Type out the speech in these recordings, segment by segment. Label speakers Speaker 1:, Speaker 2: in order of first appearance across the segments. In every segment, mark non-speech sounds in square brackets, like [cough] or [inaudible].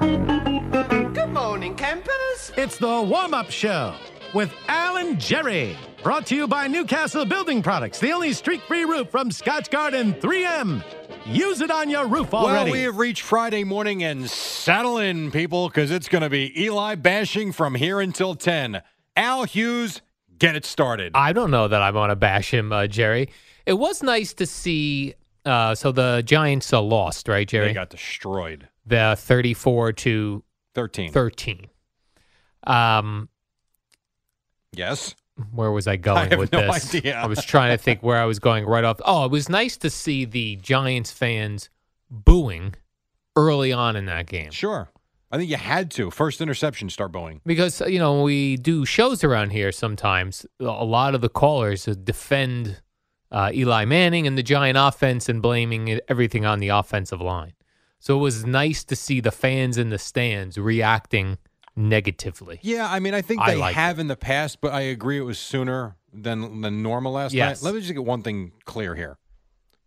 Speaker 1: Good morning, campers.
Speaker 2: It's the warm up show with Alan Jerry. Brought to you by Newcastle Building Products, the only streak free roof from Scotch Garden 3M. Use it on your roof already.
Speaker 3: Well, we have reached Friday morning and saddle in, people, because it's going to be Eli bashing from here until 10. Al Hughes, get it started.
Speaker 4: I don't know that I want to bash him, uh, Jerry. It was nice to see. Uh, so the Giants uh, lost, right,
Speaker 3: they
Speaker 4: Jerry?
Speaker 3: got destroyed.
Speaker 4: The 34 to
Speaker 3: 13.
Speaker 4: 13. Um,
Speaker 3: Yes.
Speaker 4: where was I going
Speaker 3: have
Speaker 4: with
Speaker 3: no
Speaker 4: this?
Speaker 3: idea.
Speaker 4: I was trying to think where I was going right off. Oh, it was nice to see the Giants fans booing early on in that game.
Speaker 3: Sure. I think you had to. First interception, start bowing.
Speaker 4: Because, you know, when we do shows around here sometimes, a lot of the callers defend uh, Eli Manning and the Giant offense and blaming it- everything on the offensive line. So it was nice to see the fans in the stands reacting negatively.
Speaker 3: Yeah, I mean, I think
Speaker 4: I
Speaker 3: they
Speaker 4: like
Speaker 3: have in the past, but I agree it was sooner than than normal last
Speaker 4: Yes.
Speaker 3: night. Let me just get one thing clear here.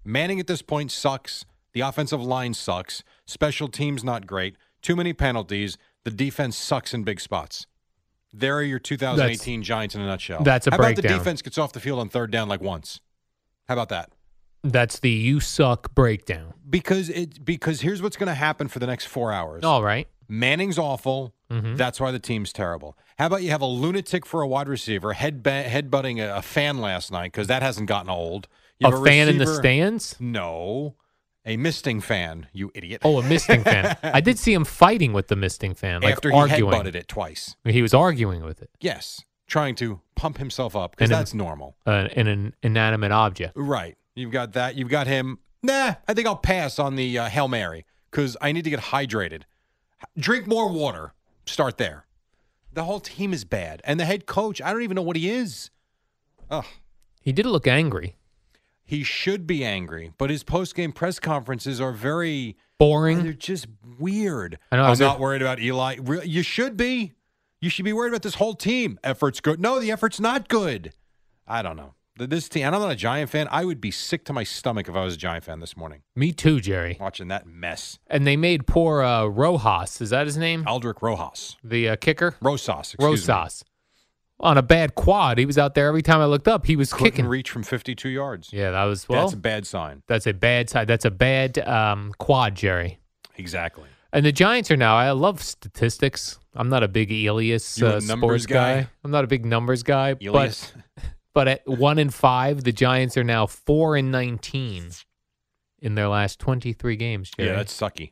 Speaker 3: Manning at this point sucks. The offensive line sucks. Special teams not great. Too many penalties. The defense sucks in big spots. There are your 2018 Giants in a nutshell.
Speaker 4: that's a
Speaker 3: How about the
Speaker 4: breakdown.
Speaker 3: defense gets off the field on third down like once? How about that?
Speaker 4: That's the you suck breakdown.
Speaker 3: Because it because here's what's going to happen for the next four hours.
Speaker 4: All right. Mm-hmm.
Speaker 3: Manning's awful. That's why the team's terrible. How about you have a lunatic for a wide receiver, head ba- headbutting a, a fan last night because that hasn't gotten old. You
Speaker 4: A
Speaker 3: have
Speaker 4: fan in the
Speaker 3: receiver-
Speaker 4: stands?
Speaker 3: No, a misting fan. You idiot.
Speaker 4: Oh, a misting fan. I did see him fighting with the misting fan, like
Speaker 3: after
Speaker 4: arguing.
Speaker 3: he headbutted it twice.
Speaker 4: He was arguing with it,
Speaker 3: Yes, trying to pump himself up because
Speaker 4: And a-
Speaker 3: that's normal.
Speaker 4: uh, in an inanimate object.
Speaker 3: Right. You've got that. You've got him. Nah, I think I'll pass on the uh, Hail Mary because I need to get hydrated. Drink more water. Start there. The whole team is bad. And the head coach, I don't even know what he is. Ugh.
Speaker 4: He did look angry,
Speaker 3: He should be angry, but his post-game press conferences are very, they're
Speaker 4: boring.
Speaker 3: just weird.
Speaker 4: I know, I
Speaker 3: I'm
Speaker 4: was there-
Speaker 3: not worried about Eli. Re- You should be. You should be worried about this whole team. Effort's good. No, the effort's not good. I don't know. Th- This team, and I'm not a Giant fan. I would be sick to my stomach if I was a Giant fan this morning.
Speaker 4: Me too, Jerry.
Speaker 3: watching that mess.
Speaker 4: And they made poor uh, Rojas. Is that his name?
Speaker 3: Aldrich Rojas,
Speaker 4: The uh, kicker,
Speaker 3: Rosas, excuse me.
Speaker 4: Rosas, on a bad quad. He was out there every time I looked up. He was
Speaker 3: couldn't
Speaker 4: kicking.
Speaker 3: reach from 52 yards.
Speaker 4: yeah, that was well.
Speaker 3: That's a bad sign.
Speaker 4: that's a bad side. That's a bad um, quad, Jerry.
Speaker 3: Exactly.
Speaker 4: And the Giants are now. I love statistics. I'm not a big Elias
Speaker 3: You a
Speaker 4: uh,
Speaker 3: numbers
Speaker 4: sports guy.
Speaker 3: guy?
Speaker 4: I'm not a big numbers guy.
Speaker 3: Elias,
Speaker 4: [laughs] But but at one and five, the Giants are now four and nineteen in their last twenty three games. Jerry.
Speaker 3: yeah, that's sucky.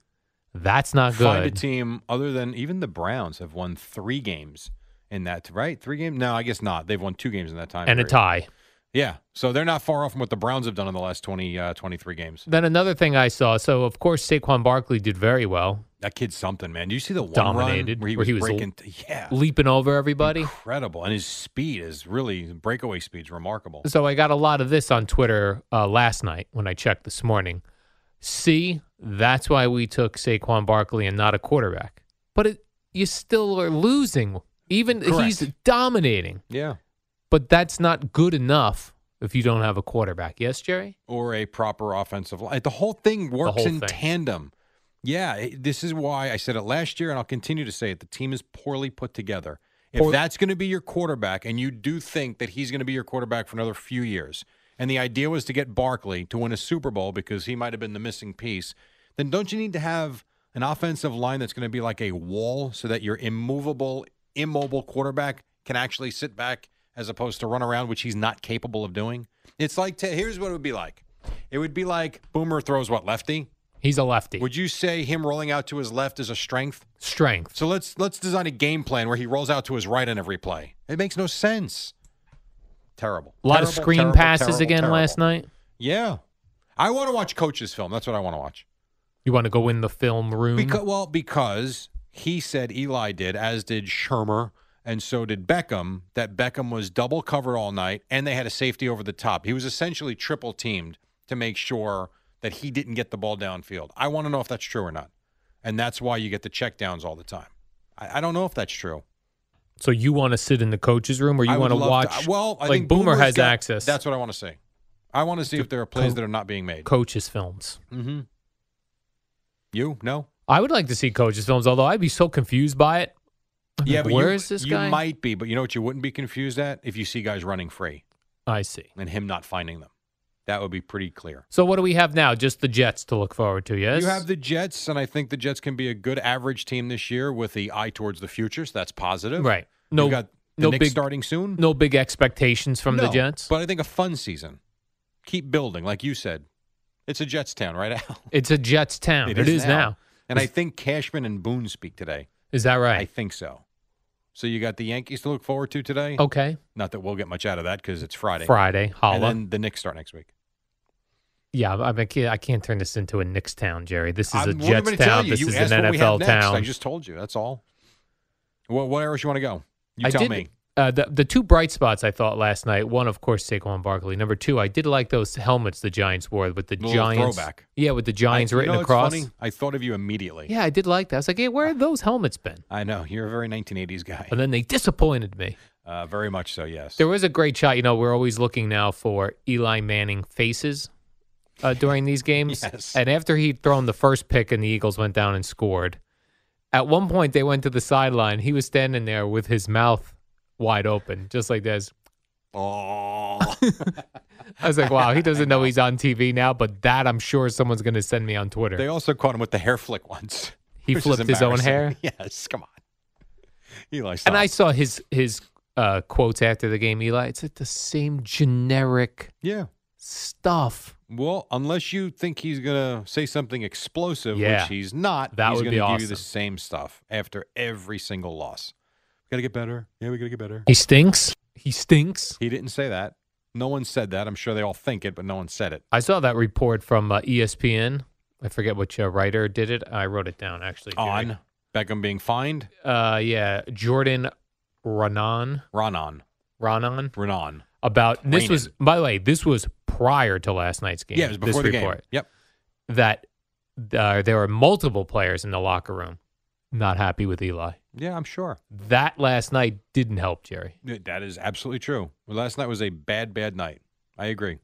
Speaker 4: that's not
Speaker 3: Find a
Speaker 4: good.
Speaker 3: team other than even the Browns have won three games in that right three games. No, I guess not. They've won two games in that time.
Speaker 4: And a
Speaker 3: period.
Speaker 4: tie.
Speaker 3: Yeah, so they're not far off from what the Browns have done in the last 20, uh, 23 games.
Speaker 4: Then another thing I saw. So of course Saquon Barkley did very well,
Speaker 3: That kid's something, man. Do you see the one
Speaker 4: Dominated,
Speaker 3: run where he
Speaker 4: where
Speaker 3: was,
Speaker 4: he was l-
Speaker 3: breaking? t- yeah,
Speaker 4: leaping over everybody.
Speaker 3: incredible, and his speed is really breakaway speed's remarkable.
Speaker 4: So I got a lot of this on Twitter uh, last night when I checked this morning. See, that's why we took Saquon Barkley and not a quarterback. But it, you still are losing. Even he's dominating,
Speaker 3: Yeah.
Speaker 4: but that's not good enough if you don't have a quarterback. Yes, Jerry?
Speaker 3: Or a proper offensive line. The whole thing works
Speaker 4: whole
Speaker 3: in
Speaker 4: thing.
Speaker 3: tandem. Yeah, it- this is why I said it last year, and I'll continue to say it. The team is poorly put together. If
Speaker 4: Poor-
Speaker 3: that's going to be your quarterback, and you do think that he's going to be your quarterback for another few years, and the idea was to get Barkley to win a Super Bowl because he might have been the missing piece, then don't you need to have an offensive line that's going to be like a wall so that your immovable, immobile quarterback can actually sit back as opposed to run around, which he's not capable of doing? It's like, to, here's what it would be like it would be like Boomer throws what, lefty?
Speaker 4: He's a lefty.
Speaker 3: Would you say him rolling out to his left is a strength?
Speaker 4: Strength.
Speaker 3: So let's let's design a game plan where he rolls out to his right on every play. It makes no sense. Terrible.
Speaker 4: A lot of
Speaker 3: Terrible,
Speaker 4: screen
Speaker 3: terrible,
Speaker 4: passes
Speaker 3: terrible,
Speaker 4: again
Speaker 3: terrible.
Speaker 4: last night.
Speaker 3: Yeah, I want to watch coach's film. That's what I want to watch.
Speaker 4: You want to go in the film room?
Speaker 3: Because well, because he said Eli did, as did Shermer, and so did Beckham. That Beckham was double covered all night, and they had a safety over the top. He was essentially triple teamed to make sure that he didn't get the ball downfield. I want to know if that's true or not, and that's why you get the checkdowns all the time. I, I don't know if that's true.
Speaker 4: so you want to sit in the coach's room, or you
Speaker 3: I
Speaker 4: want to
Speaker 3: would love
Speaker 4: watch?
Speaker 3: well, I
Speaker 4: like
Speaker 3: think
Speaker 4: Boomer
Speaker 3: Boomer's
Speaker 4: has
Speaker 3: got-
Speaker 4: access.
Speaker 3: That's what I want to see. I want to see if there are plays that are not being made.
Speaker 4: coaches' films.
Speaker 3: Mm-hmm. You no.
Speaker 4: I would like to see coaches' films, although I'd be so confused by it.
Speaker 3: Yeah,
Speaker 4: Like,
Speaker 3: but
Speaker 4: where
Speaker 3: you,
Speaker 4: is this
Speaker 3: you
Speaker 4: guy?
Speaker 3: might be, but you know what? You wouldn't be confused at if you see guys running free
Speaker 4: I see.
Speaker 3: and him not finding them. That would be pretty clear.
Speaker 4: So what do we have now? Just the Jets to look forward to. Yes,
Speaker 3: You have the Jets, and I think the Jets can be a good average team this year with the eye towards the future. So that's positive.
Speaker 4: right.
Speaker 3: No,
Speaker 4: No,
Speaker 3: you got the
Speaker 4: no
Speaker 3: Knicks
Speaker 4: big
Speaker 3: starting soon.
Speaker 4: no big expectations from the
Speaker 3: No,
Speaker 4: Jets.
Speaker 3: but I think a fun season. Keep building, like you said. It's a Jets town, right, Al?
Speaker 4: [laughs] it's a Jets town. it is, now.
Speaker 3: And I
Speaker 4: Is-
Speaker 3: think Cashman and Boone speak today.
Speaker 4: Is that
Speaker 3: I
Speaker 4: right?
Speaker 3: think so. So you got the Yankees to look forward to today.
Speaker 4: okay.
Speaker 3: Not that we'll get much out of that because it's Friday.
Speaker 4: Friday,
Speaker 3: And
Speaker 4: holla.
Speaker 3: then the Knicks start next week.
Speaker 4: yeah, I, I can't. I can't turn this into a Knicks town, Jerry. This is
Speaker 3: I'm-
Speaker 4: a
Speaker 3: what am I
Speaker 4: Jets
Speaker 3: gonna tell
Speaker 4: town.
Speaker 3: you?
Speaker 4: This
Speaker 3: You
Speaker 4: is
Speaker 3: asked
Speaker 4: an
Speaker 3: what we have
Speaker 4: NFL
Speaker 3: next.
Speaker 4: town.
Speaker 3: I just told you. That's all. Well, where else you want to go? You
Speaker 4: I
Speaker 3: tell
Speaker 4: did-
Speaker 3: me.
Speaker 4: Uh, the the two bright spots I thought last night. One, of course, Saquon Barkley. Number two, I did like those helmets the Giants wore with the
Speaker 3: Little
Speaker 4: Giants.
Speaker 3: throwback.
Speaker 4: Yeah, with the Giants
Speaker 3: I, you
Speaker 4: written
Speaker 3: know, it's
Speaker 4: across.
Speaker 3: funny? I thought of you immediately.
Speaker 4: Yeah, I did like that. I was like, hey, where have those helmets been?
Speaker 3: I know you're a very 1980s guy.
Speaker 4: And then they disappointed me.
Speaker 3: Uh, very much so. Yes.
Speaker 4: There was a great shot. You know, we're always looking now for Eli Manning faces uh,
Speaker 3: [laughs]
Speaker 4: during these games.
Speaker 3: Yes.
Speaker 4: And after he'd thrown the first pick and the Eagles went down and scored, at one point they went to the sideline. He was standing there with his mouth wide open, just like this.
Speaker 3: oh.
Speaker 4: [laughs] I was like, wow, he doesn't know he's on TV now, but that I'm sure someone's going to send me on Twitter.
Speaker 3: they also caught him with the hair flick once.
Speaker 4: he
Speaker 3: which is
Speaker 4: flipped his own hair.
Speaker 3: embarrassing. [laughs] Yes. Come on. Eli. Stop.
Speaker 4: And I saw his his uh, quotes after the game, Eli. It's like the same generic
Speaker 3: Yeah.
Speaker 4: stuff.
Speaker 3: Well, unless you think he's going to say something explosive,
Speaker 4: Yeah.
Speaker 3: which he's not,
Speaker 4: That
Speaker 3: he's
Speaker 4: would
Speaker 3: going to
Speaker 4: be
Speaker 3: give you the
Speaker 4: awesome.
Speaker 3: same stuff after every single loss. Got to get better. Yeah, we got to get better.
Speaker 4: He stinks. He stinks.
Speaker 3: He didn't say that. No one said that. I'm sure they all think it, but no one said it.
Speaker 4: I saw that report from uh, ESPN. I forget which uh, writer did it. I wrote it down actually. Jerry.
Speaker 3: On Beckham being fined,
Speaker 4: Uh, yeah, Jordan Ronan.
Speaker 3: Ronan,
Speaker 4: Ronan.
Speaker 3: Renan.
Speaker 4: About this
Speaker 3: Renan.
Speaker 4: was by the way, this was prior to last night's game.
Speaker 3: Yeah, it was before
Speaker 4: this
Speaker 3: the
Speaker 4: report.
Speaker 3: game. Yep.
Speaker 4: that uh, there were multiple players in the locker room not happy with Eli.
Speaker 3: Yeah, I'm sure.
Speaker 4: That last night didn't help Jerry.
Speaker 3: Th- That is absolutely true. Well, last night was a bad, bad night. I agree.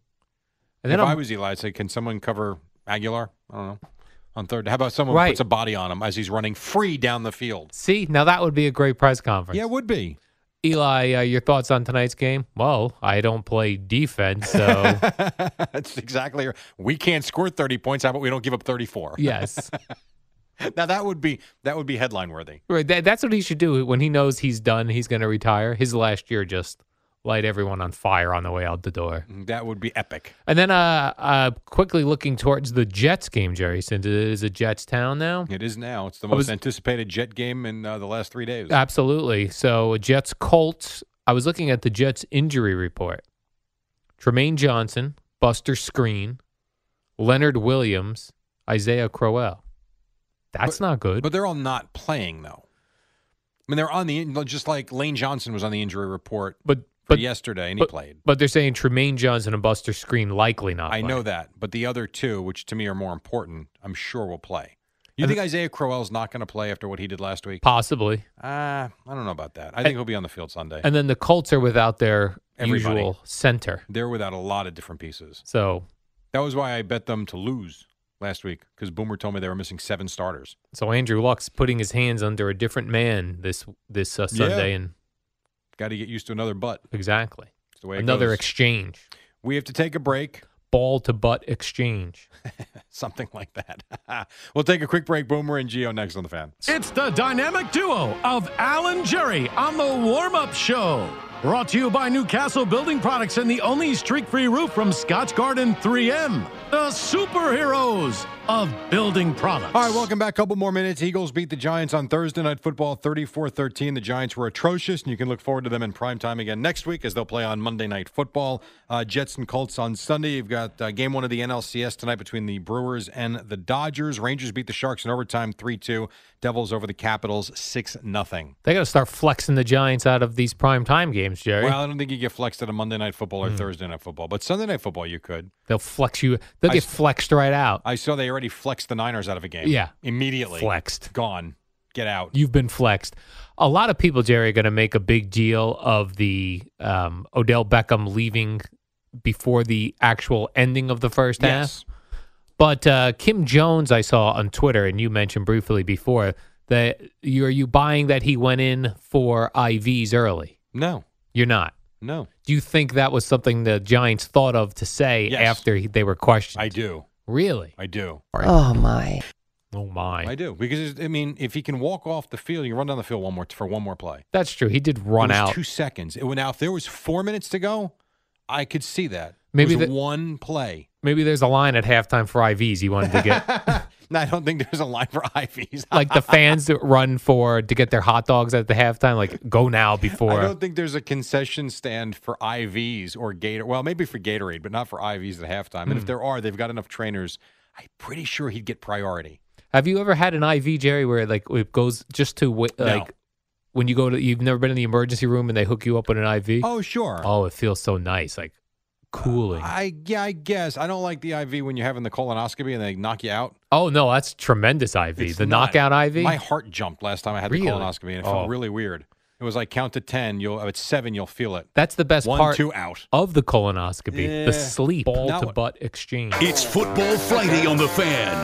Speaker 4: And then
Speaker 3: if i
Speaker 4: I'm-
Speaker 3: was Eli, I'd say, can someone cover Aguilar? I don't know. On third, how about someone
Speaker 4: Right.
Speaker 3: puts a body on him as he's running free down the field?
Speaker 4: see now that would be a great press conference.
Speaker 3: Yeah, it would be.
Speaker 4: Eli, uh, your thoughts on tonight's game? Well, I don't play defense, so
Speaker 3: [laughs] That's exactly right. We can't score 30 points. How about we don't give up 34?
Speaker 4: yes.
Speaker 3: [laughs] Now that would be that would be headline worthy.
Speaker 4: Right, that, that's what he should do when he knows he's done. He's going to retire. His last year, just light everyone on fire on the way out the door.
Speaker 3: That would be epic.
Speaker 4: And then, uh, uh, quickly looking towards the Jets game, Jerry, since it is a Jets town now.
Speaker 3: It is now. It's the
Speaker 4: I
Speaker 3: most
Speaker 4: was-
Speaker 3: anticipated jet game in uh, the last three days.
Speaker 4: Absolutely. So Jets Colts. I was looking at the Jets injury report. Tremaine Johnson, Buster Screen, Leonard Williams, Isaiah Crowell. That's not good.
Speaker 3: But they're all not playing though. I mean, they're on the in- just like Lane Johnson was on the injury report
Speaker 4: but
Speaker 5: But-
Speaker 4: yesterday, and
Speaker 5: but,
Speaker 4: he played.
Speaker 5: But they're saying Tremaine Johnson and Buster Screen likely not.
Speaker 4: I
Speaker 5: playing.
Speaker 4: know that, but the other two, which to me are more important, I'm sure will play. You
Speaker 5: And-
Speaker 4: think Isaiah Crowell's not going to play after what he did last week?
Speaker 5: Possibly.
Speaker 4: Uh, I don't know about that. I think he'll be on the field Sunday.
Speaker 5: And then the Colts are without their
Speaker 4: Everybody.
Speaker 5: usual center.
Speaker 4: They're without a lot of different pieces.
Speaker 5: So
Speaker 4: That was why I bet them to lose last week because Boomer told me they were missing seven starters.
Speaker 5: so Andrew Luck's putting his hands under a different man this this uh, Sunday
Speaker 4: Yeah.
Speaker 5: and
Speaker 4: Got to get used to another butt.
Speaker 5: exactly
Speaker 4: It's the way it
Speaker 5: another
Speaker 4: goes.
Speaker 5: exchange,
Speaker 4: we have to take a break.
Speaker 5: ball to butt exchange.
Speaker 4: [laughs] Something like that. [laughs] we'll take a quick break. Boomer and Geo next on the fan.
Speaker 6: It's the dynamic duo of Alan Jerry on the warm up show. Brought to you by Newcastle Building Products and the only streak free roof from Scotch Garden 3M, the superheroes of building products.
Speaker 4: All right, welcome back. couple more minutes. Eagles beat the Giants on Thursday Night Football 34 13. The Giants were atrocious, and you can look forward to them in prime time again next week as they'll play on Monday Night Football. Uh, Jets and Colts on Sunday. You've got uh, game one of the NLCS tonight between the Brewers and the Dodgers. Rangers beat the Sharks in overtime 3 2. Devils over the Capitals 6 0.
Speaker 5: They got to start flexing the Giants out of these prime time games, Jerry. Hmm.
Speaker 4: Well, I don't think you get flexed at a Monday Night Football or Thursday Night Football, but Sunday Night Football you could.
Speaker 5: They'll flex you. They'll
Speaker 4: I
Speaker 5: get
Speaker 4: s-
Speaker 5: flexed right out.
Speaker 4: I saw they already flexed the Niners out of a game.
Speaker 5: Yeah.
Speaker 4: Immediately.
Speaker 5: Flexed.
Speaker 4: Gone. Get out.
Speaker 5: You've been flexed. A lot of people, Jerry, are going to make a big deal of the um, Odell Beckham leaving before the actual ending of the first half.
Speaker 4: Yes.
Speaker 5: But uh, Kim Jones, I saw on Twitter, and you mentioned briefly before that you are you buying that he went in for IVs early?
Speaker 4: No.
Speaker 5: You're not.
Speaker 4: No.
Speaker 5: Do you think that was something the Giants thought of to say
Speaker 4: Yes.
Speaker 5: after he, they were questioned?
Speaker 4: I do.
Speaker 5: Really?
Speaker 4: I do.
Speaker 7: Oh my.
Speaker 5: Oh my!
Speaker 4: I do because I mean, if he can walk off the field, you can run down the field one more for one more play.
Speaker 5: That's true. He did run
Speaker 4: it was
Speaker 5: out.
Speaker 4: two seconds. It, now, if there was four minutes to go, I could see that.
Speaker 5: Maybe
Speaker 4: it was
Speaker 5: the-
Speaker 4: one play.
Speaker 5: Maybe there's a line at halftime for IVs. He wanted to get.
Speaker 4: [laughs] No, I don't think there's a line [laughs] for IVs.
Speaker 5: like the fans that run for to get their hot dogs at the halftime, like go now
Speaker 4: [laughs] I
Speaker 5: before.
Speaker 4: don't think there's a concession stand for IVs or Gator. Well, maybe for Gatorade, but not for IVs at halftime.
Speaker 5: Hmm.
Speaker 4: And if there are, they've got enough trainers. I'm pretty sure he'd get priority.
Speaker 5: Have you ever had an IV, Jerry, where like it goes just to wi-
Speaker 4: No.
Speaker 5: like when you go to you've never been in the emergency room and they hook you up with an IV?
Speaker 4: Oh, sure.
Speaker 5: Oh, it feels so nice, like cooling.
Speaker 4: I yeah, I guess I don't like the IV when you're having the colonoscopy and they knock you out.
Speaker 5: oh no, that's tremendous IV.
Speaker 4: It's
Speaker 5: the
Speaker 4: not-
Speaker 5: knockout IV.
Speaker 4: My heart jumped last time I had the
Speaker 5: Really?
Speaker 4: colonoscopy, and it
Speaker 5: Oh.
Speaker 4: felt really weird. It was like count to ten. You'll at seven, you'll feel it.
Speaker 5: that's the best
Speaker 4: One,
Speaker 5: part
Speaker 4: two, out.
Speaker 5: of the colonoscopy,
Speaker 4: Yeah.
Speaker 5: the sleep, ball
Speaker 4: Now
Speaker 5: to
Speaker 4: what?
Speaker 5: butt exchange.
Speaker 8: It's Football Friday on the fan.